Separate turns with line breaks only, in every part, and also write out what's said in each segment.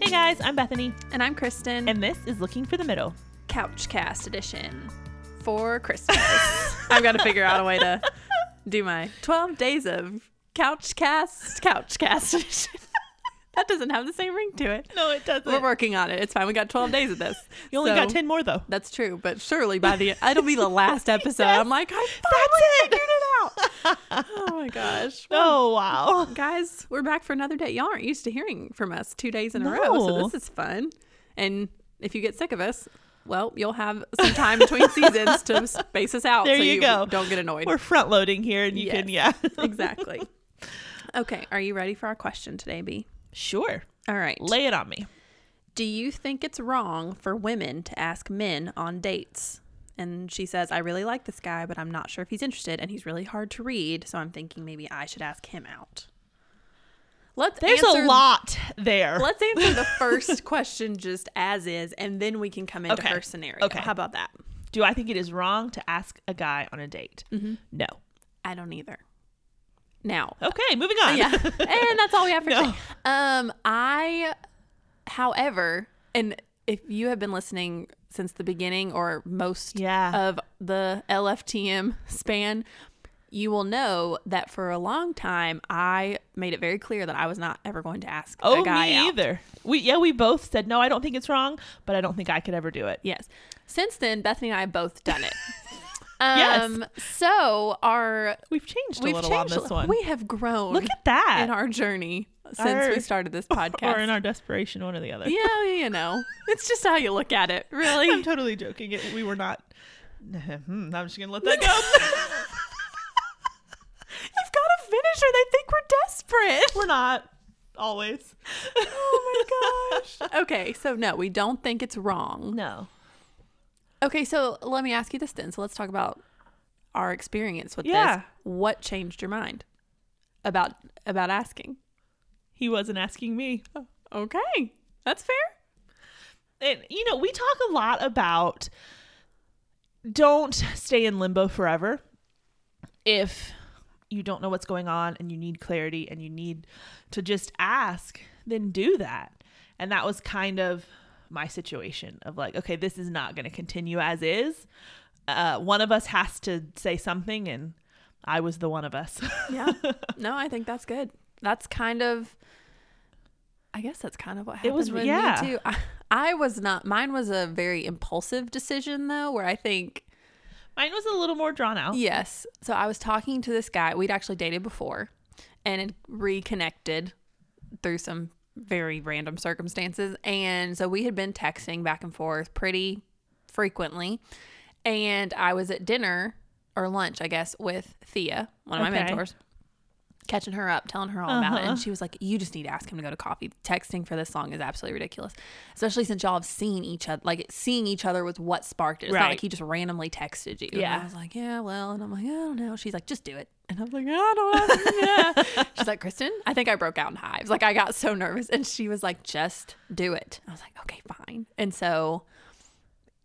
Hey guys, I'm Bethany,
And I'm Kristen.
and this is Looking for the Middle.
Couchcast edition for Christmas. I've got to figure out a way to do my 12 days of Couchcast, Couchcast edition. that doesn't have the same ring to it.
No, it doesn't.
We're working on it. It's fine. We got 12 days of this.
you only
So,
got 10 more though.
That's true, but surely by the it'll be the last episode. I'm like, I finally figured it out. oh my gosh.
Oh, wow.
guys, we're back for another day. Y'all aren't used to hearing from us two days in a row,
No.
so this is fun. And if you get sick of us, well, you'll have some time between seasons to space us out
There
so
you go.
don't get annoyed.
We're front loading here, and you can, yeah.
exactly. Okay, are you ready for our question today, B?
Sure.
All right.
Lay it on me.
Do you think it's wrong for women to ask men on dates? And she says, I really like this guy, but I'm not sure if he's interested, and he's really hard to read, so I'm thinking maybe I should ask him out. Let's
There's
answer
a lot there.
Let's answer the first question just as is, and then we can come into
Okay.
her scenario.
Okay.
How about that?
Do I think it is wrong to ask a guy on a date?
Mm-hmm.
No.
I don't either. Now,
Okay, moving on.
yeah, and that's all we have for
No.
today. Um, I, however, and if you have been listening since the beginning or most
Yeah.
of the LFTM span, you will know that for a long time I made it very clear that I was not ever going to ask
oh,
a guy
me
out.
either. We yeah, we both said no. I don't think it's wrong, but I don't think I could ever do it.
Yes. Since then, Bethany and I have both done it.
Yes.
Um, So our
We've changed a
we've
little on
changed. a
this
li-
one.
We have grown.
Look at that.
in our journey since
Our-
we started this
or
podcast.
in our desperation, one or the other.
yeah, you know, it's just how you look at it,
I'm
really.
totally joking. It, we were not. Hmm, I'm just gonna let that go.
You've got to finish, or they think we're desperate.
we're not always. Oh my gosh.
okay, so no, we don't think it's wrong.
no.
Okay, so let me ask you this then. So let's talk about our experience with
Yeah.
this. What changed your mind about about asking?
He wasn't asking me.
Okay, that's fair.
And you know, we talk a lot about don't stay in limbo forever. If you don't know what's going on and you need clarity and you need to just ask, then do that. And that was kind of my situation of like, okay, this is not going to continue as is. Uh, one of us has to say something, and I was the one of us.
yeah. No, I think that's good. That's kind of, I guess that's kind of what happened.
was-
with
yeah.
me too. I, I was not. Mine was a very impulsive decision though, where I think
Mine was a little more drawn out.
yes. So I was talking to this guy we'd actually dated before, and had reconnected through some very random circumstances, and so we had been texting back and forth pretty frequently, and I was at dinner or lunch, I guess, with Thea, one of my
Okay. Uh-huh.
mentors catching her up, telling her all about it. And she was like, You just need to ask him to go to coffee. Texting for this long is absolutely ridiculous. Especially since y'all have seen each other. Like, seeing each other was what sparked it. It's not
Right.
like he just randomly texted you. And
Yeah.
I was like, Yeah, well. And I'm like, I don't know. She's like, Just do it. And I'm like, I don't know. Yeah. She's like, Kristen, I think I broke out in hives. Like, I got so nervous. And she was like, Just do it. I was like, Okay, fine. And so.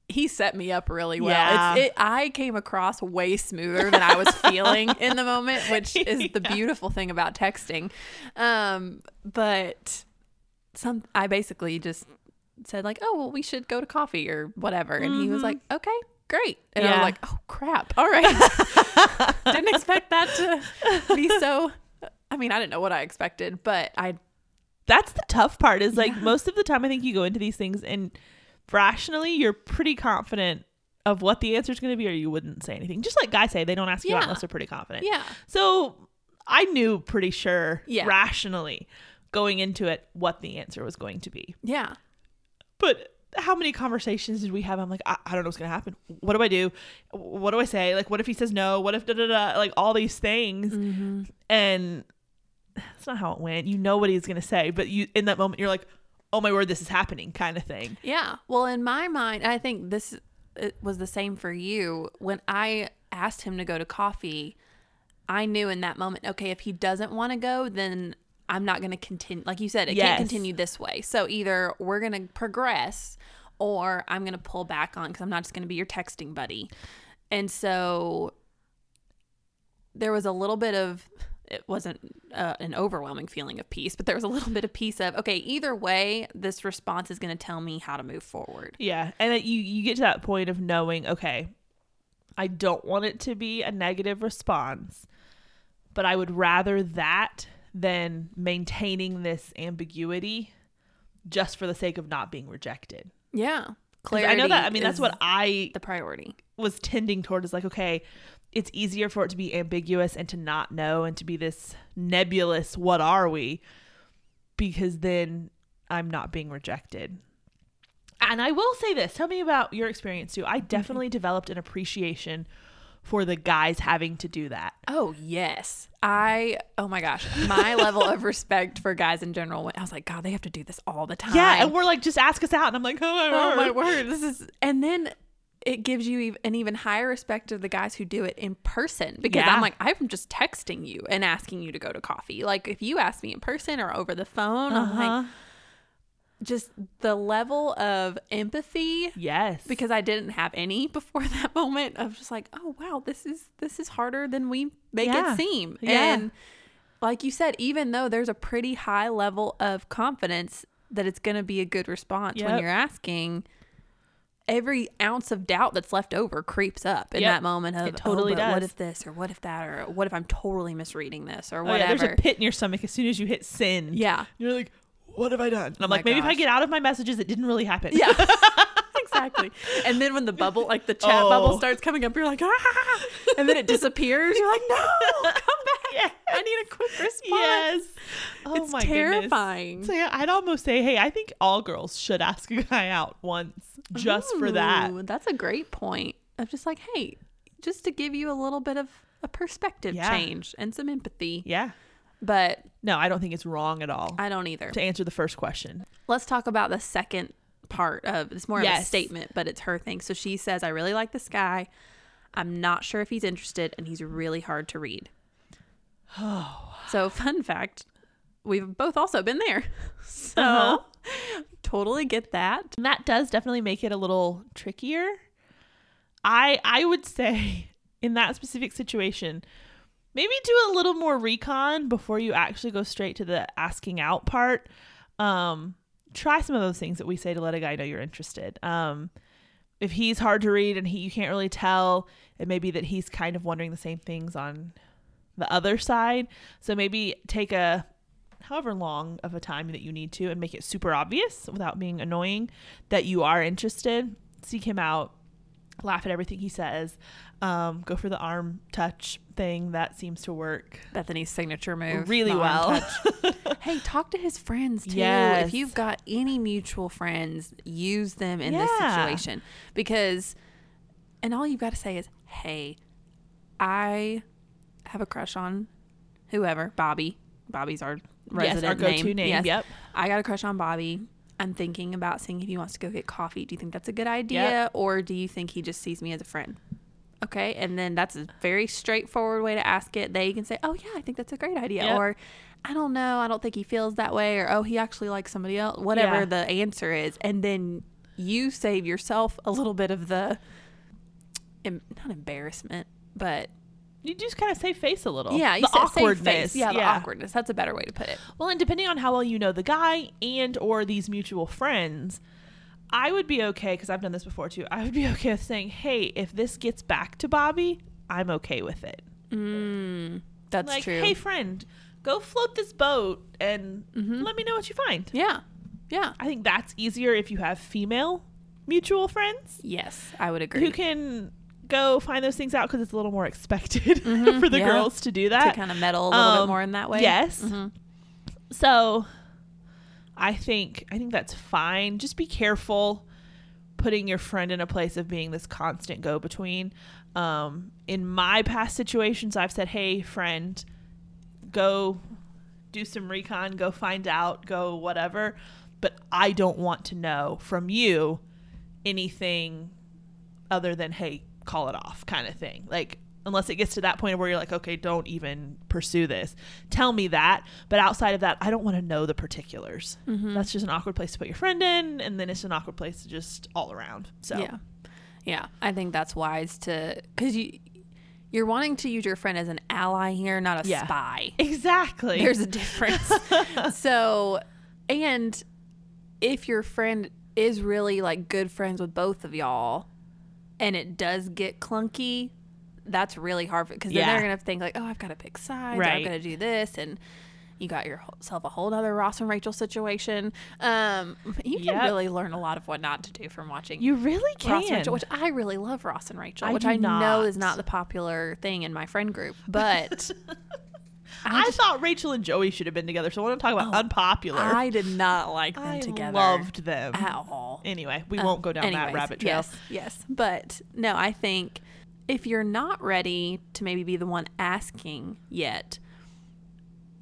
He set me up really well.
Yeah.
It's, it, I came across way smoother than I was feeling in the moment, which is the beautiful thing about texting. Um, but some I basically just said like, "Oh, well, we should go to coffee or whatever," and he was
Mm-hmm.
like, "Okay, great," and I
Yeah.
was like, "Oh crap! All right, didn't expect that to be so." I mean, I didn't know what I expected, but I
That's the tough part is like most of the time I think you go into these things and rationally you're pretty confident of what the answer is going to be or you wouldn't say anything. Just like guys say they don't ask you out
Yeah.
unless they're pretty confident.
yeah.
So I knew pretty sure
Yeah.
rationally going into it what the answer was going to be.
Yeah.
But how many conversations did we have? I'm like, I, I don't know what's going to happen. What do I do? What do I say? Like, what if he says no? What if da da da? Like, all these things. And that's not how it went. You know what he's going to say, but you, in that moment, you're like, oh my word, this is happening kind of thing.
Yeah. Well, in my mind, I think this it was the same for you. When I asked him to go to coffee, I knew in that moment, okay, if he doesn't want to go, then I'm not going to continue. Like you said, it
Yes.
can't continue this way. So either we're going to progress or I'm going to pull back on because I'm not just going to be your texting buddy. And so there was a little bit of it wasn't uh, an overwhelming feeling of peace, but there was a little bit of peace of okay. Either way, this response is going to tell me how to move forward.
Yeah, and it, you you get to that point of knowing, okay, I don't want it to be a negative response, but I would rather that than maintaining this ambiguity just for the sake of not being rejected.
Yeah,
'Cause
clarity.
I know that. I mean, that's
is
what I
the priority.
was tending toward is like, okay, it's easier for it to be ambiguous and to not know and to be this nebulous, what are we? Because then I'm not being rejected. And I will say this tell me about your experience too. I definitely developed an appreciation for the guys having to do that.
Oh yes, I. Oh my gosh, my level of respect for guys in general. went- I was like, God, they have to do this all the time.
Yeah. And we're like, just ask us out. And I'm like, oh, my
oh my
word.
word, this is. And then it gives you ev- an even higher respect of the guys who do it in person because
Yeah.
I'm like, I'm just texting you and asking you to go to coffee. Like if you ask me in person or over the phone, I'm like,
Uh-huh.
just the level of empathy
Yes.
because I didn't have any before that moment of just like, oh wow, this is this is harder than we make
Yeah.
it seem.
Yeah.
And like you said, even though there's a pretty high level of confidence that it's gonna be a good response when
Yep.
you're asking, every ounce of doubt that's left over creeps up in
Yep.
that moment of
It totally
oh, but what
does.
if this or what if that or what if I'm totally misreading this or
Oh, yeah,
whatever.
there's a pit in your stomach as soon as you hit send.
yeah.
You're like, what have I done? And I'm
Oh my
like, maybe if I
gosh.
get out of my messages, it didn't really happen.
Yeah. exactly. And then when the bubble, like the chat
Oh.
bubble starts coming up, you're like, ah. And then it disappears. You're like, no, come back.
Yes.
I need a quick response.
Yes. Oh
It's
my
terrifying.
Goodness. So yeah, I'd almost say, hey, I think all girls should ask a guy out once just for that.
Ooh, That's a great point of just like, hey, just to give you a little bit of a perspective
Yeah.
change and some empathy.
Yeah.
But
No, I don't think it's wrong at all
I don't either.
to answer the first question.
Let's talk about the second part of it's more of a
Yes.
statement, but it's her thing. So she says, I really like this guy. I'm not sure if he's interested, and he's really hard to read. Oh. So, fun fact we've both also been there. So,
Uh-huh.
totally get that.
And that does definitely make it a little trickier. I I would say in that specific situation, maybe do a little more recon before you actually go straight to the asking out part. Um, try some of those things that we say to let a guy know you're interested. Um, if he's hard to read and he you can't really tell, it may be that he's kind of wondering the same things on the other side. So maybe take a however long of a time that you need to and make it super obvious without being annoying that you are interested. Seek him out, laugh at everything he says, um, go for the arm touch thing that seems to work
Bethany's signature move.
really
the arm
well.
touch. hey, talk to his friends too.
Yes.
If you've got any mutual friends, use them in this
Yeah.
situation because, and all you've got to say is, hey, I have a crush on whoever, Bobby. Bobby's our resident
yes, our go-to name.
Yes.
Yep.
I got a crush on Bobby. I'm thinking about seeing if he wants to go get coffee. Do you think that's a good idea?
Yep.
Or do you think he just sees me as a friend? Okay. And then that's a very straightforward way to ask it. They can say, oh, yeah, I think that's a great idea.
Yep.
Or I don't know. I don't think he feels that way. Or oh, he actually likes somebody else. Whatever
Yeah.
the answer is. And then you save yourself a little bit of the, em- not embarrassment, but
You just kind of save face a little.
yeah, you
Oh, the
sa- save face.
awkwardness.
Yeah, the awkwardness. That's a better way to put it.
Well, and depending on how well you know the guy and or these mutual friends, I would be okay because I've done this before too. I would be okay with saying, "Hey, if this gets back to Bobby, I'm okay with it."
That's
like,
true.
"Hey, friend, go float this boat and let me know what you find."
Mm-hmm. yeah. Yeah.
I think that's easier if you have female mutual friends
Yes, I would agree.
who can go find those things out because it's a little more expected for the
Mm-hmm. yeah.
girls to do
to
that.
kind of meddle a little bit
Um,
more in that way. Mm-hmm.
Yes. So I think I think that's fine. Just be careful putting your friend in a place of being this constant go between. Um, in my past situations, I've said, "Hey, friend, go do some recon, go find out, go whatever," but I don't want to know from you anything other than hey call it off kind of thing like unless it gets to that point where you're like okay don't even pursue this tell me that but outside of that i don't want to know the particulars that's just an awkward place to put your friend in and then it's an awkward place to just all around so
Yeah. Yeah. I think that's wise to, because you, You're wanting to use your friend as an ally here, not a
Yeah.
spy.
Exactly.
There's a difference. so, and if your friend is really like good friends with both of y'all and it does get clunky, that's really hard because then
Yeah.
they're going to think, like, oh, I've got to pick sides. Or
Right.
I've got to do this. And you got yourself a whole other Ross and Rachel situation. Um, you can
Yep.
really learn a lot of what not to do from watching
you really can.
Ross and Rachel, which I really love Ross and Rachel,
I
which
do
I know is
not.
not the popular thing in my friend group, but
I, thought Rachel and Joey should have been together, so I want to talk about unpopular.
I did not like them
I
together
Oh, loved them.
at all.
Anyway, we won't go down that
Anyways,
rabbit trail.
Yes, yes, but no, I think if you're not ready to maybe be the one asking yet,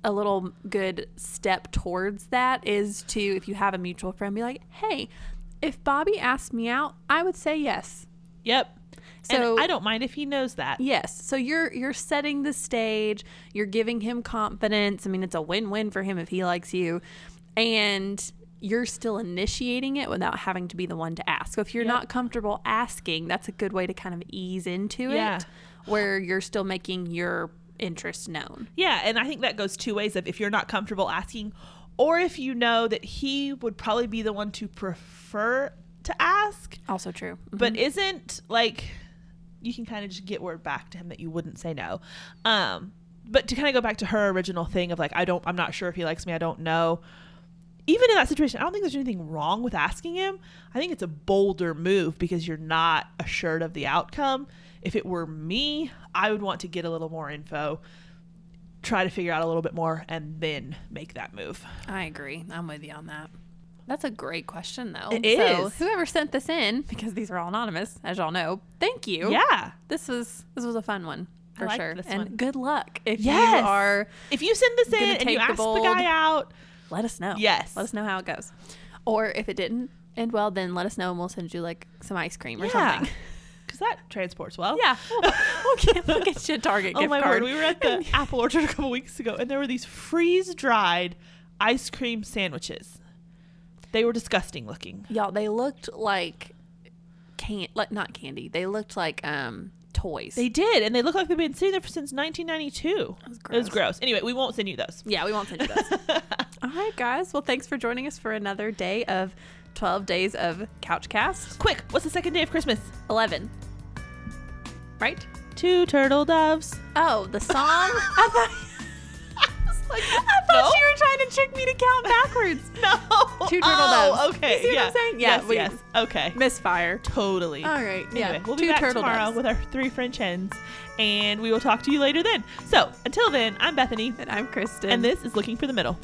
a little good step towards that is to if you have a mutual friend, be like, hey, if Bobby asked me out, I would say yes.
Yep.
So-
and I don't mind if he knows that.
Yes. So you're you're setting the stage, you're giving him confidence. I mean, it's a win-win for him if he likes you. And you're still initiating it without having to be the one to ask. So if you're not comfortable asking, that's a good way to kind of ease into
Yeah.
it where you're still making your interest known.
Yeah, and I think that goes two ways of if you're not comfortable asking or if you know that he would probably be the one to prefer to ask
Also true.
but isn't like you can kind of just get word back to him that you wouldn't say no um but to kind of go back to her original thing of like i don't i'm not sure if he likes me i don't know even in that situation i don't think there's anything wrong with asking him i think it's a bolder move because you're not assured of the outcome if it were me i would want to get a little more info try to figure out a little bit more and then make that move
I agree. I'm with you on that. That's a great question though.
It
So
is.
whoever sent this in, because these are all anonymous, as y'all know, thank you.
yeah
this was this was a fun one
I
for
liked
sure.
this
and
one.
good luck if
Yes.
you are.
if you send this in
Gonna
and you
take the
ask the
bold.
guy out
Let us know.
Yes.
let us know how it goes. Or if it didn't end well, then let us know and we'll send you like some ice cream or
Yeah.
something.
Because that transports well.
Yeah, we'll, we'll get, we'll get you a Target
Oh
gift
my
card.
word. We were at the apple orchard a couple weeks ago and there were these freeze dried ice cream sandwiches. They were disgusting looking.
Y'all, they looked like can like not candy. They looked like um toys.
They did, and they look like they've been sitting there for since 1992. It It was
was gross.
gross. Anyway, we won't send you those.
yeah, we won't send you those. All right, guys. Well, thanks for joining us for another day of twelve days of Couchcast
Quick, what's the second day of Christmas?
eleven. Right.
Two turtle doves.
Oh, the song? I thought, I was like, I thought
No.
you were trying to trick me to count backwards.
No.
Two turtle
Oh,
doves.
Okay.
You see what
yeah.
I'm saying? Yeah,
Yes,
we-
yes. Okay.
Misfire.
Totally.
All right, yeah.
Anyway, we'll be
Two
back
turtle
tomorrow
doves.
with our three French hens, and we will talk to you later then. So until then, I'm Bethany,
And I'm Kristen.
and this is Looking for the Middle.